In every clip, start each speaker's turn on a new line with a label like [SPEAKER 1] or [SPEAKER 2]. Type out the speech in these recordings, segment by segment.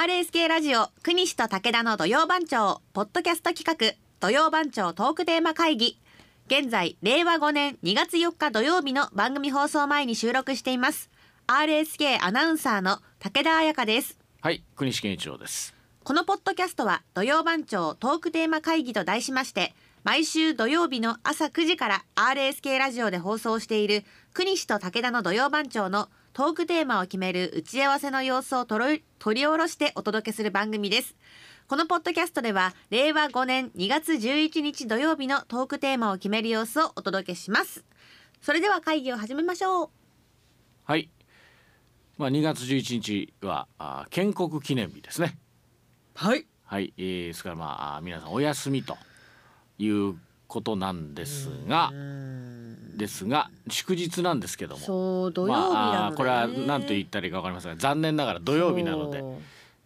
[SPEAKER 1] RSK ラジオ国西と武田の土曜番長ポッドキャスト企画土曜番長トークテーマ会議現在令和5年2月4日土曜日の番組放送前に収録しています RSK アナウンサーの武田彩香です
[SPEAKER 2] はい、国試健一郎です。
[SPEAKER 1] このポッドキャストは土曜番長トークテーマ会議と題しまして毎週土曜日の朝9時から RSK ラジオで放送している国西と武田の土曜番長のトークテーマを決める打ち合わせの様子を取り取り下ろしてお届けする番組です。このポッドキャストでは令和5年2月11日土曜日のトークテーマを決める様子をお届けします。それでは会議を始めましょう。
[SPEAKER 2] はい。まあ2月11日はあー建国記念日ですね。
[SPEAKER 1] はい。
[SPEAKER 2] はい、えー、ですからまああー皆さんお休みということなんですが、ですが祝日なんですけども、
[SPEAKER 1] そう土曜
[SPEAKER 2] ま
[SPEAKER 1] 日なので、ね
[SPEAKER 2] ああーこれは何と言ったらいいかわかりませんが、残念ながら土曜日なので、
[SPEAKER 1] そ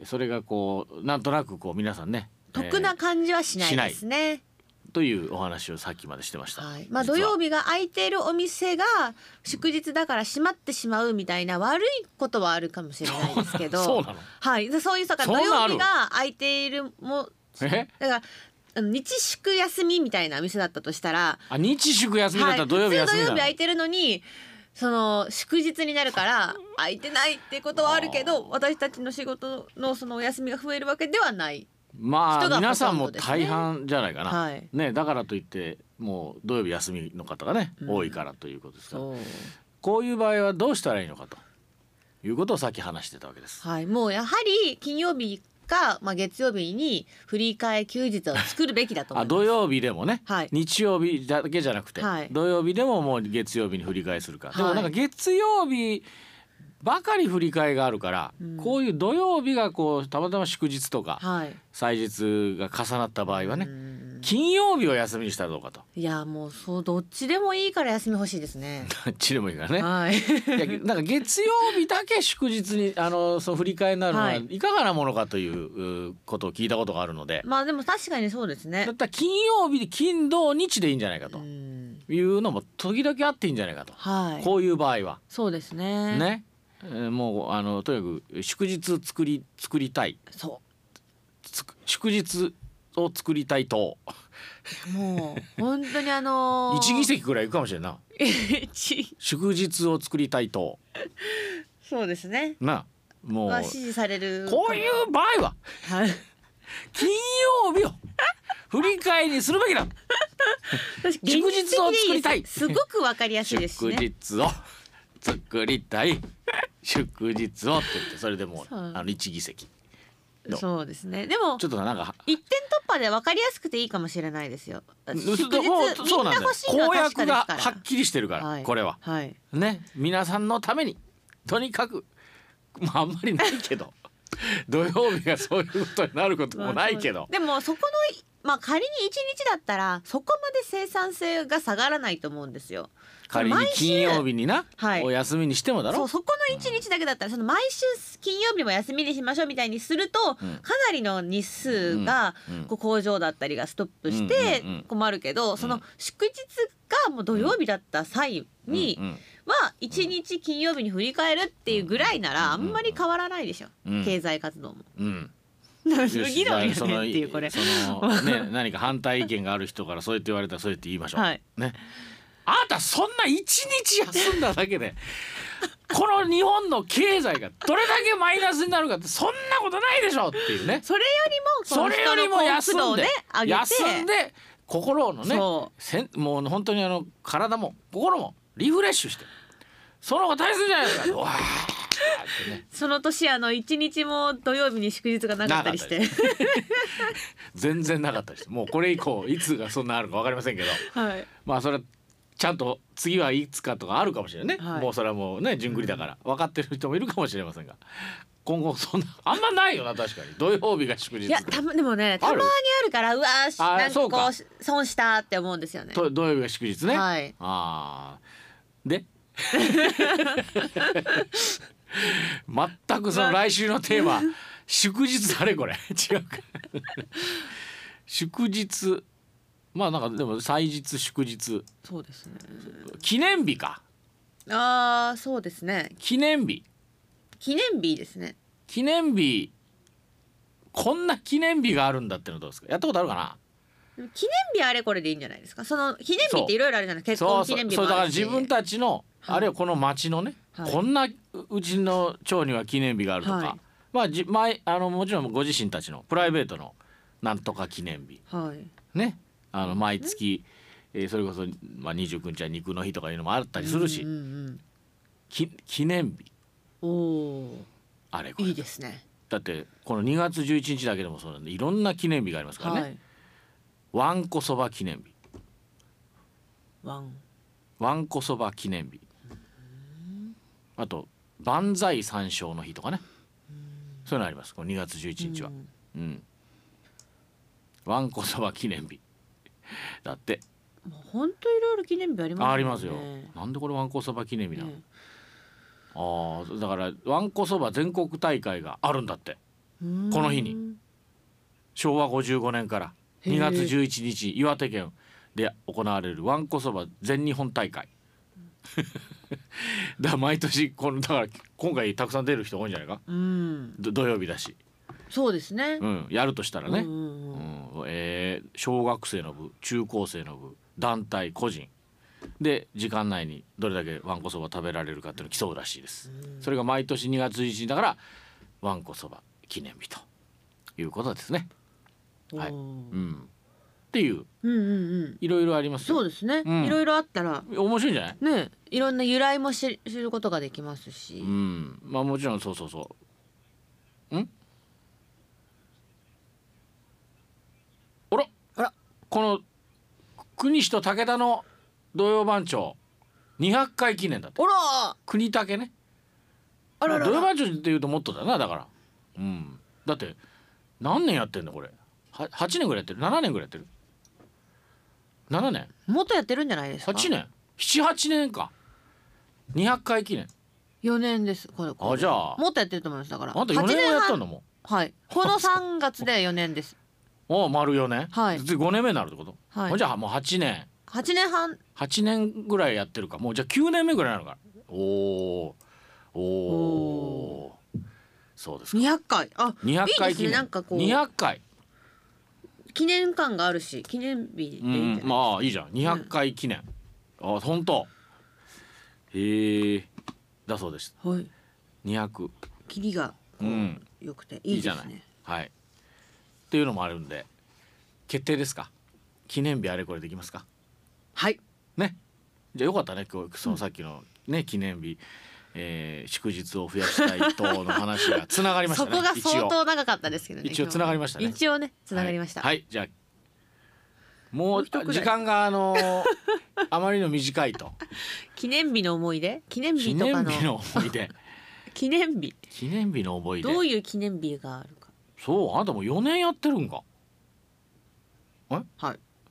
[SPEAKER 1] う
[SPEAKER 2] それがこうなんとなくこう皆さんね、
[SPEAKER 1] 得な
[SPEAKER 2] え
[SPEAKER 1] 感じはしないですね。
[SPEAKER 2] ーというお話をさっきまでしてました。
[SPEAKER 1] はい、まあ
[SPEAKER 2] 実
[SPEAKER 1] 土
[SPEAKER 2] は
[SPEAKER 1] 曜日が空いているお店が祝日だから閉まってしまうみたいな悪いことはあるかもしれないですけど、
[SPEAKER 2] そう なの。
[SPEAKER 1] はい、でそういうだから
[SPEAKER 2] そん
[SPEAKER 1] 土
[SPEAKER 2] な
[SPEAKER 1] 曜
[SPEAKER 2] ある
[SPEAKER 1] 日が空いているも
[SPEAKER 2] え？
[SPEAKER 1] だからあの日祝休みみたいなお店だったとしたら、
[SPEAKER 2] あ日祝休みだったら土曜日
[SPEAKER 1] はい普
[SPEAKER 2] 休
[SPEAKER 1] 通
[SPEAKER 2] み
[SPEAKER 1] 土曜
[SPEAKER 2] なの
[SPEAKER 1] 日。空いてるのに。その祝日になるから空いてないってことはあるけど私たちの仕事のそのお休みが増えるわけではない人が
[SPEAKER 2] まあ
[SPEAKER 1] ほとんど
[SPEAKER 2] 皆さんも
[SPEAKER 1] ですね
[SPEAKER 2] 大半じゃないかな、
[SPEAKER 1] はい
[SPEAKER 2] ね、だからといってもう土曜日休みの方がね、
[SPEAKER 1] うん
[SPEAKER 2] 多いからということですから
[SPEAKER 1] そう
[SPEAKER 2] こういう場合はどうしたらいいのかということをさっき話してたわけです。
[SPEAKER 1] はい、もうやはり金曜日か、まあ、月曜日に振り替え休日を作るべきだと思
[SPEAKER 2] あ
[SPEAKER 1] います。
[SPEAKER 2] 土曜日でもね、
[SPEAKER 1] はい
[SPEAKER 2] 日曜日だけじゃなくて、
[SPEAKER 1] はい
[SPEAKER 2] 土曜日でももう月曜日に振り替えするか、で
[SPEAKER 1] は
[SPEAKER 2] も
[SPEAKER 1] い
[SPEAKER 2] なんか月曜日ばかり振り替えがあるから、
[SPEAKER 1] うん
[SPEAKER 2] こういう土曜日がこうたまたま祝日とか
[SPEAKER 1] はい。
[SPEAKER 2] 祭日が重なった場合はね、
[SPEAKER 1] うん
[SPEAKER 2] 金曜日を休みにしたらどうかと
[SPEAKER 1] いやもうそうどっちでもいいから休み欲しいですね。
[SPEAKER 2] どっちでもいいからね。
[SPEAKER 1] はい。
[SPEAKER 2] いやなんか月曜日だけ祝日にあのそう振り替えになるのは
[SPEAKER 1] はい
[SPEAKER 2] いかがなものかといううことを聞いたことがあるので、
[SPEAKER 1] まあでも確かにそうですね
[SPEAKER 2] だっ。たら金曜日で金土日でいいんじゃないか
[SPEAKER 1] う
[SPEAKER 2] と
[SPEAKER 1] ん
[SPEAKER 2] いうのも時々あっていいんじゃないかと、
[SPEAKER 1] はい。
[SPEAKER 2] こういう場合は
[SPEAKER 1] そうですね。。
[SPEAKER 2] ね、えーもうあのとにかく祝日作り作りたい
[SPEAKER 1] そ
[SPEAKER 2] つく祝日を作りたいと
[SPEAKER 1] う。もう本当にあのー
[SPEAKER 2] 一議。席ぐらい行くかもしれんな
[SPEAKER 1] 一
[SPEAKER 2] 祝日を作りたいと
[SPEAKER 1] そうですね。
[SPEAKER 2] なもう
[SPEAKER 1] は支持される。
[SPEAKER 2] こういう場合は
[SPEAKER 1] はい。
[SPEAKER 2] 金曜日を振り替えにするべきだ
[SPEAKER 1] 私現
[SPEAKER 2] 祝
[SPEAKER 1] 実
[SPEAKER 2] 日を作 りた
[SPEAKER 1] 的で
[SPEAKER 2] い
[SPEAKER 1] ですすごくわかりやすいですし
[SPEAKER 2] 祝
[SPEAKER 1] ね。
[SPEAKER 2] 日を作りたい祝日をって言ってそれでもう
[SPEAKER 1] そう
[SPEAKER 2] あの一議席の
[SPEAKER 1] そうですね。でも
[SPEAKER 2] ちょっとなんか
[SPEAKER 1] 一点突破で分かりやすくていいかもしれないですよ。祝
[SPEAKER 2] うす
[SPEAKER 1] 日
[SPEAKER 2] うそうな
[SPEAKER 1] みん
[SPEAKER 2] んだ
[SPEAKER 1] な
[SPEAKER 2] よ
[SPEAKER 1] 欲しいの
[SPEAKER 2] 公
[SPEAKER 1] は確かで
[SPEAKER 2] 約
[SPEAKER 1] す
[SPEAKER 2] が
[SPEAKER 1] から。
[SPEAKER 2] はっきりしてるから、
[SPEAKER 1] はい
[SPEAKER 2] これは
[SPEAKER 1] はい。
[SPEAKER 2] ね皆さんのためにとにかくまああんまりないけど 土曜日がそういうことになることもないけ
[SPEAKER 1] まあ
[SPEAKER 2] ど
[SPEAKER 1] そうでもそこのまあ仮に一日だったらそこまで生産性が下がらないと思うんですよ。
[SPEAKER 2] 仮に金曜日にな、
[SPEAKER 1] はい
[SPEAKER 2] お休みにしてもだ
[SPEAKER 1] そう
[SPEAKER 2] ろ
[SPEAKER 1] そこの一日だけだったらその毎週金曜日も休みにしましょうみたいにすると、
[SPEAKER 2] うん
[SPEAKER 1] かなりの日数が、
[SPEAKER 2] うん
[SPEAKER 1] こう工場だったりがストップして
[SPEAKER 2] うんうんうん
[SPEAKER 1] 困るけど、その祝日がもう土曜日だった際に
[SPEAKER 2] うんうん
[SPEAKER 1] は一日金曜日に振り返るっていうぐらいならあ
[SPEAKER 2] うんうん
[SPEAKER 1] んまり変わらないでしょ、
[SPEAKER 2] うん
[SPEAKER 1] 経済活動も。
[SPEAKER 2] うん よし
[SPEAKER 1] 議論やねんっ
[SPEAKER 2] じ
[SPEAKER 1] て
[SPEAKER 2] ゃあその
[SPEAKER 1] いうこれ。
[SPEAKER 2] そのね 何か反対意見がある人からそうやって言われたらそうやって言いましょう。
[SPEAKER 1] はい
[SPEAKER 2] ね。あなたそんな一日休んだだけでこの日本の経済がどれだけマイナスになるかってそんなことないでしょっていうね。
[SPEAKER 1] それよりも
[SPEAKER 2] そ
[SPEAKER 1] この
[SPEAKER 2] れよ
[SPEAKER 1] 人
[SPEAKER 2] り
[SPEAKER 1] の
[SPEAKER 2] も
[SPEAKER 1] 幸
[SPEAKER 2] 休
[SPEAKER 1] 福度
[SPEAKER 2] ん
[SPEAKER 1] を
[SPEAKER 2] で、
[SPEAKER 1] ね上げて
[SPEAKER 2] 休んで心のね
[SPEAKER 1] そ
[SPEAKER 2] せんもう本当にあの体も心もリフレッシュしてその方が大切じゃないですか。わーってね
[SPEAKER 1] その年あの一日も土曜日に祝日がなかったりして
[SPEAKER 2] な。全然なかったですもうこれ以降いつがそんなあるかわかりませんけど
[SPEAKER 1] はい。
[SPEAKER 2] まあそれはちゃんと次はいつかとかあるかもしれないね、
[SPEAKER 1] はい
[SPEAKER 2] もうそれはもうね順繰りだから分かってる人もいるかもしれませんが今後そんなあんまないよな確かに土曜日が祝日
[SPEAKER 1] いやたまでもねたまにあるからうわーし
[SPEAKER 2] あー
[SPEAKER 1] なん
[SPEAKER 2] そう
[SPEAKER 1] かこ
[SPEAKER 2] か
[SPEAKER 1] うし損したって思うんですよね。
[SPEAKER 2] と土曜日が祝日ね、
[SPEAKER 1] はい
[SPEAKER 2] あ ーで全くその来週のテーマ祝日あれこれ違うか祝日まあなんかでも祭日祝日
[SPEAKER 1] そうですね。
[SPEAKER 2] 記念日か
[SPEAKER 1] ああそうですね。
[SPEAKER 2] 記念日
[SPEAKER 1] 記念日ですね。
[SPEAKER 2] 記念日こんな記念日があるんだってのどうですかやったことあるかな
[SPEAKER 1] でも記念日あれこれでいいんじゃないですかその記念日っていろいろあるじゃない結
[SPEAKER 2] そう
[SPEAKER 1] 婚
[SPEAKER 2] そ
[SPEAKER 1] 記念
[SPEAKER 2] う
[SPEAKER 1] 日
[SPEAKER 2] そう
[SPEAKER 1] も
[SPEAKER 2] だ
[SPEAKER 1] あ
[SPEAKER 2] から
[SPEAKER 1] るし
[SPEAKER 2] 自分たちの、
[SPEAKER 1] はい
[SPEAKER 2] あるいはこの町のね、
[SPEAKER 1] はい
[SPEAKER 2] こんなううちの町には記念日があるとか、
[SPEAKER 1] はい
[SPEAKER 2] まあじ前あのもちろんご自身たちのプライベートのなんとか記念日
[SPEAKER 1] はい
[SPEAKER 2] ねあの毎月、えーそれこそ、まあ、29日は肉の日とかいうのもあったりするし、
[SPEAKER 1] うんうん
[SPEAKER 2] き記念日
[SPEAKER 1] うん、お
[SPEAKER 2] あれこ
[SPEAKER 1] ー
[SPEAKER 2] れ
[SPEAKER 1] いいですね
[SPEAKER 2] だってこの2月11日だけでもそうなんでいろんな記念日がありますからね、
[SPEAKER 1] はい
[SPEAKER 2] わんこそば記念日
[SPEAKER 1] ワン
[SPEAKER 2] わんこそば記念日あと万歳三唱の日とかねそういうのありますこの2月11日は
[SPEAKER 1] うん
[SPEAKER 2] うんわんこそば記念日だって
[SPEAKER 1] もう本当いろいろ記念日ありますもんね
[SPEAKER 2] ありますよなんでこれわんこそば記念日なの
[SPEAKER 1] ね
[SPEAKER 2] あーだからわんこそば全国大会があるんだって
[SPEAKER 1] うん
[SPEAKER 2] この日に昭和55年から
[SPEAKER 1] へえ
[SPEAKER 2] 2月11日岩手県で行われるわんこそば全日本大会 だから毎年このだから今回たくさん出る人多いんじゃないか
[SPEAKER 1] うん
[SPEAKER 2] ど土曜日だし、
[SPEAKER 1] そうですね
[SPEAKER 2] うん、やるとしたら
[SPEAKER 1] う
[SPEAKER 2] ね、
[SPEAKER 1] んうんうん
[SPEAKER 2] うんえー小学生の部中高生の部団体個人で時間内にどれだけわんこそば食べられるかっていうのを競うらしいです、それが毎年2月1日だからわんこそば記念日ということですね、はい
[SPEAKER 1] おー
[SPEAKER 2] うん、っていう
[SPEAKER 1] うんうんうん
[SPEAKER 2] いろいろありますよ
[SPEAKER 1] そうですね
[SPEAKER 2] うん
[SPEAKER 1] いろいろあったら
[SPEAKER 2] 面白いんじゃない
[SPEAKER 1] ねいろんな由来も知知ることができます
[SPEAKER 2] う
[SPEAKER 1] し
[SPEAKER 2] んまあもちろんそうそうそうんあら
[SPEAKER 1] あら
[SPEAKER 2] この国氏と武田の土曜番長200回記念だって
[SPEAKER 1] おらー
[SPEAKER 2] 国武ね
[SPEAKER 1] あらら
[SPEAKER 2] 土曜
[SPEAKER 1] ら
[SPEAKER 2] 番長って言うともっとだなだからうんだって何年やってんのこれは8年ぐらいやってる7年ぐらいやってる7年
[SPEAKER 1] もっとやってるんじゃないですか
[SPEAKER 2] 8年78年か200回記念
[SPEAKER 1] 四年ですこれ
[SPEAKER 2] あじゃあ
[SPEAKER 1] もっとやってると思いますだから
[SPEAKER 2] あんた4年もやったん
[SPEAKER 1] の
[SPEAKER 2] だもん
[SPEAKER 1] はいこの三月で四年です
[SPEAKER 2] お丸4年、
[SPEAKER 1] はい
[SPEAKER 2] で5年目になるってこと、
[SPEAKER 1] はい
[SPEAKER 2] ほんじゃあもう8年
[SPEAKER 1] 八年半
[SPEAKER 2] 8年ぐらいやってるかもうじゃあ9年目ぐらいなのかおーお
[SPEAKER 1] お
[SPEAKER 2] ーそうですか
[SPEAKER 1] 二百回あ
[SPEAKER 2] 200
[SPEAKER 1] い
[SPEAKER 2] 回
[SPEAKER 1] いですね
[SPEAKER 2] 記念
[SPEAKER 1] なんかこう
[SPEAKER 2] 200回
[SPEAKER 1] 記念館があるし記念日でいいん
[SPEAKER 2] う
[SPEAKER 1] じゃない
[SPEAKER 2] んまあいいじゃん200回記念、あ本当へえだそうです
[SPEAKER 1] はい
[SPEAKER 2] 200
[SPEAKER 1] キリがこう
[SPEAKER 2] うん
[SPEAKER 1] 良くて
[SPEAKER 2] い
[SPEAKER 1] いい
[SPEAKER 2] いじ
[SPEAKER 1] で
[SPEAKER 2] ゃ
[SPEAKER 1] す
[SPEAKER 2] ない
[SPEAKER 1] ね
[SPEAKER 2] はいっていうのもあるんで決定ですか記念日あれこれできますか
[SPEAKER 1] はい
[SPEAKER 2] ねじゃあよかったね今日そのさっきのね記念日、えー祝日を増やしたい等の 話がつながりまし
[SPEAKER 1] そ
[SPEAKER 2] たね
[SPEAKER 1] こが
[SPEAKER 2] 一応
[SPEAKER 1] 相当長かったですけどね
[SPEAKER 2] 一応
[SPEAKER 1] 今日
[SPEAKER 2] つながりましたね
[SPEAKER 1] 一応ねつながりました
[SPEAKER 2] はい、はいじゃあも
[SPEAKER 1] も
[SPEAKER 2] う
[SPEAKER 1] う一くらい
[SPEAKER 2] 時間があ のーあまりの短いと
[SPEAKER 1] 記念日の思い出記念
[SPEAKER 2] 記
[SPEAKER 1] 日とか
[SPEAKER 2] 念
[SPEAKER 1] の
[SPEAKER 2] 日の思い出
[SPEAKER 1] 記念日
[SPEAKER 2] 記念日の思い出
[SPEAKER 1] どういう記念日があるか
[SPEAKER 2] そうあなたもう4年やってるんか
[SPEAKER 1] はい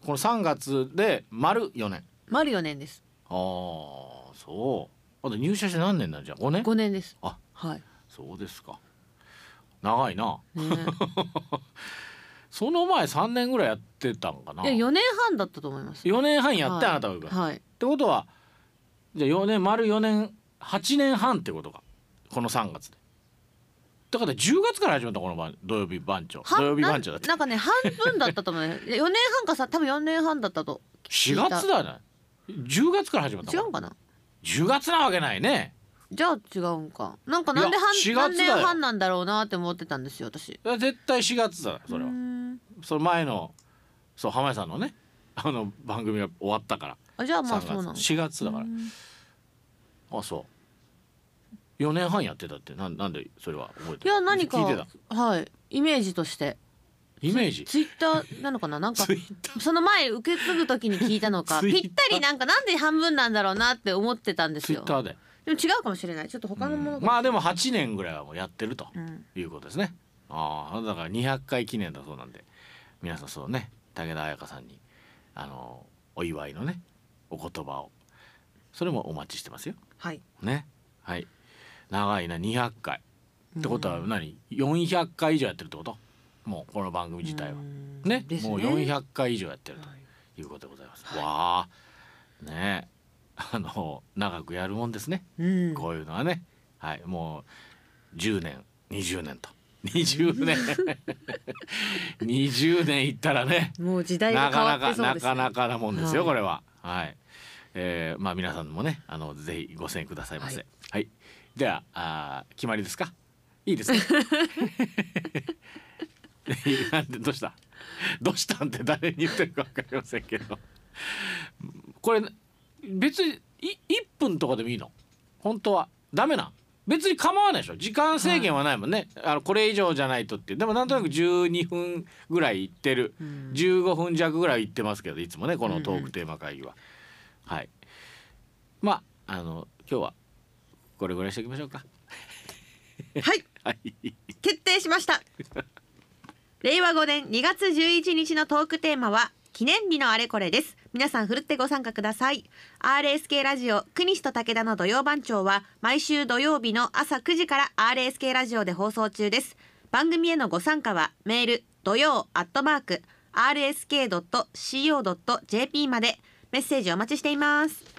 [SPEAKER 2] この3月で丸4年
[SPEAKER 1] 丸四年です
[SPEAKER 2] ああそうあと入社して何年なんじゃ5年
[SPEAKER 1] 五年です
[SPEAKER 2] あ
[SPEAKER 1] はい
[SPEAKER 2] そうですか長いな
[SPEAKER 1] ね
[SPEAKER 2] その前3年ぐらいやってたんかない
[SPEAKER 1] や四年半だったと思います
[SPEAKER 2] 4年半やって、
[SPEAKER 1] はい
[SPEAKER 2] あなたが行くっ
[SPEAKER 1] はい
[SPEAKER 2] てことはじゃあ4年丸4年8年半ってことかこの3月で。だから10月から始まったこの番土曜日番長
[SPEAKER 1] 半
[SPEAKER 2] 土曜日番長だって
[SPEAKER 1] なんなんかね半分だったと思う ねいや四年半かさ多分四年半だった と
[SPEAKER 2] 4月だね10月から始まった
[SPEAKER 1] 違
[SPEAKER 2] の
[SPEAKER 1] うんかな
[SPEAKER 2] 10月なわけないね
[SPEAKER 1] じゃあ違うんかなんかなんで
[SPEAKER 2] いや
[SPEAKER 1] 半
[SPEAKER 2] 4
[SPEAKER 1] 何
[SPEAKER 2] 月だよ
[SPEAKER 1] 年半なんだろうなって思ってたんですよ私
[SPEAKER 2] だから絶対4月だそれは
[SPEAKER 1] うーん
[SPEAKER 2] その前のそう浜井さんのねあの番組が終わったから
[SPEAKER 1] あじゃあまあ
[SPEAKER 2] 3
[SPEAKER 1] そうなの
[SPEAKER 2] 月4月だから
[SPEAKER 1] うん
[SPEAKER 2] あそう4年半やってたってなんなんでそれは覚えて
[SPEAKER 1] いや何か
[SPEAKER 2] 聞いてた
[SPEAKER 1] はいイメージとして
[SPEAKER 2] イメージ
[SPEAKER 1] ツイッターなのかななんか
[SPEAKER 2] ツイッター
[SPEAKER 1] その前受け継ぐ時に聞いたのか
[SPEAKER 2] ツイ
[SPEAKER 1] ぴ
[SPEAKER 2] ッター
[SPEAKER 1] ったりなんかなんで半分なんだろうなって思ってたんです
[SPEAKER 2] ツイ
[SPEAKER 1] よ
[SPEAKER 2] ッターで、
[SPEAKER 1] でも違うかもしれないちょっと他のもの
[SPEAKER 2] まあで
[SPEAKER 1] も、
[SPEAKER 2] も8年ぐらいはもうやってると
[SPEAKER 1] うん、
[SPEAKER 2] いうことですね、ああだから200回記念だそうなんで皆さんそうね武田彩香さんにあのお祝いのねお言葉をそれもお待ちしてますよ
[SPEAKER 1] はい
[SPEAKER 2] ねはい長いな200回ってことは何400回以上やってるってこともうこの番組自体は
[SPEAKER 1] うん
[SPEAKER 2] ね
[SPEAKER 1] ですね
[SPEAKER 2] もう400回以上やってると
[SPEAKER 1] はい
[SPEAKER 2] いうことでございます、わあねえあの長くやるもんですね
[SPEAKER 1] うん
[SPEAKER 2] こういうのはね、はい、もう10年20年と20年 20年いったらね
[SPEAKER 3] もう時代
[SPEAKER 2] な
[SPEAKER 3] が変
[SPEAKER 2] か
[SPEAKER 3] わ
[SPEAKER 2] な
[SPEAKER 3] って
[SPEAKER 2] か
[SPEAKER 3] そう
[SPEAKER 2] な
[SPEAKER 3] です、ね、
[SPEAKER 2] かなかなもんですよ、
[SPEAKER 3] はい
[SPEAKER 2] これははい、えー、まあ皆さんもねあのぜひご支援くださいませは、
[SPEAKER 3] はい
[SPEAKER 2] ではあー決まりですかいいです か なんでどうしたどうしたんって誰に言ってるかわかりませんけどこれ別にい一分とかでもいいの本当はダメなん別に構わないでしょ時間制限はないもんね、あのこれ以上じゃないとってでもなんとなく12分ぐらいいってる、
[SPEAKER 3] うん
[SPEAKER 2] 15分弱ぐらいいってますけどいつもねこのトークテーマ会議は、はいまああの今日はこれぐらいしておきましょう
[SPEAKER 1] は
[SPEAKER 2] か
[SPEAKER 1] い
[SPEAKER 2] はい
[SPEAKER 1] 決定しました令和5年2月11日のトークテーマは記念日のあれこれです皆さんふるってご参加ください RSK ラジオ国西と武田の土曜番長は毎週土曜日の朝9時から RSK ラジオで放送中です番組へのご参加はメール土曜アットマーク rsk.co.jp までメッセージお待ちしています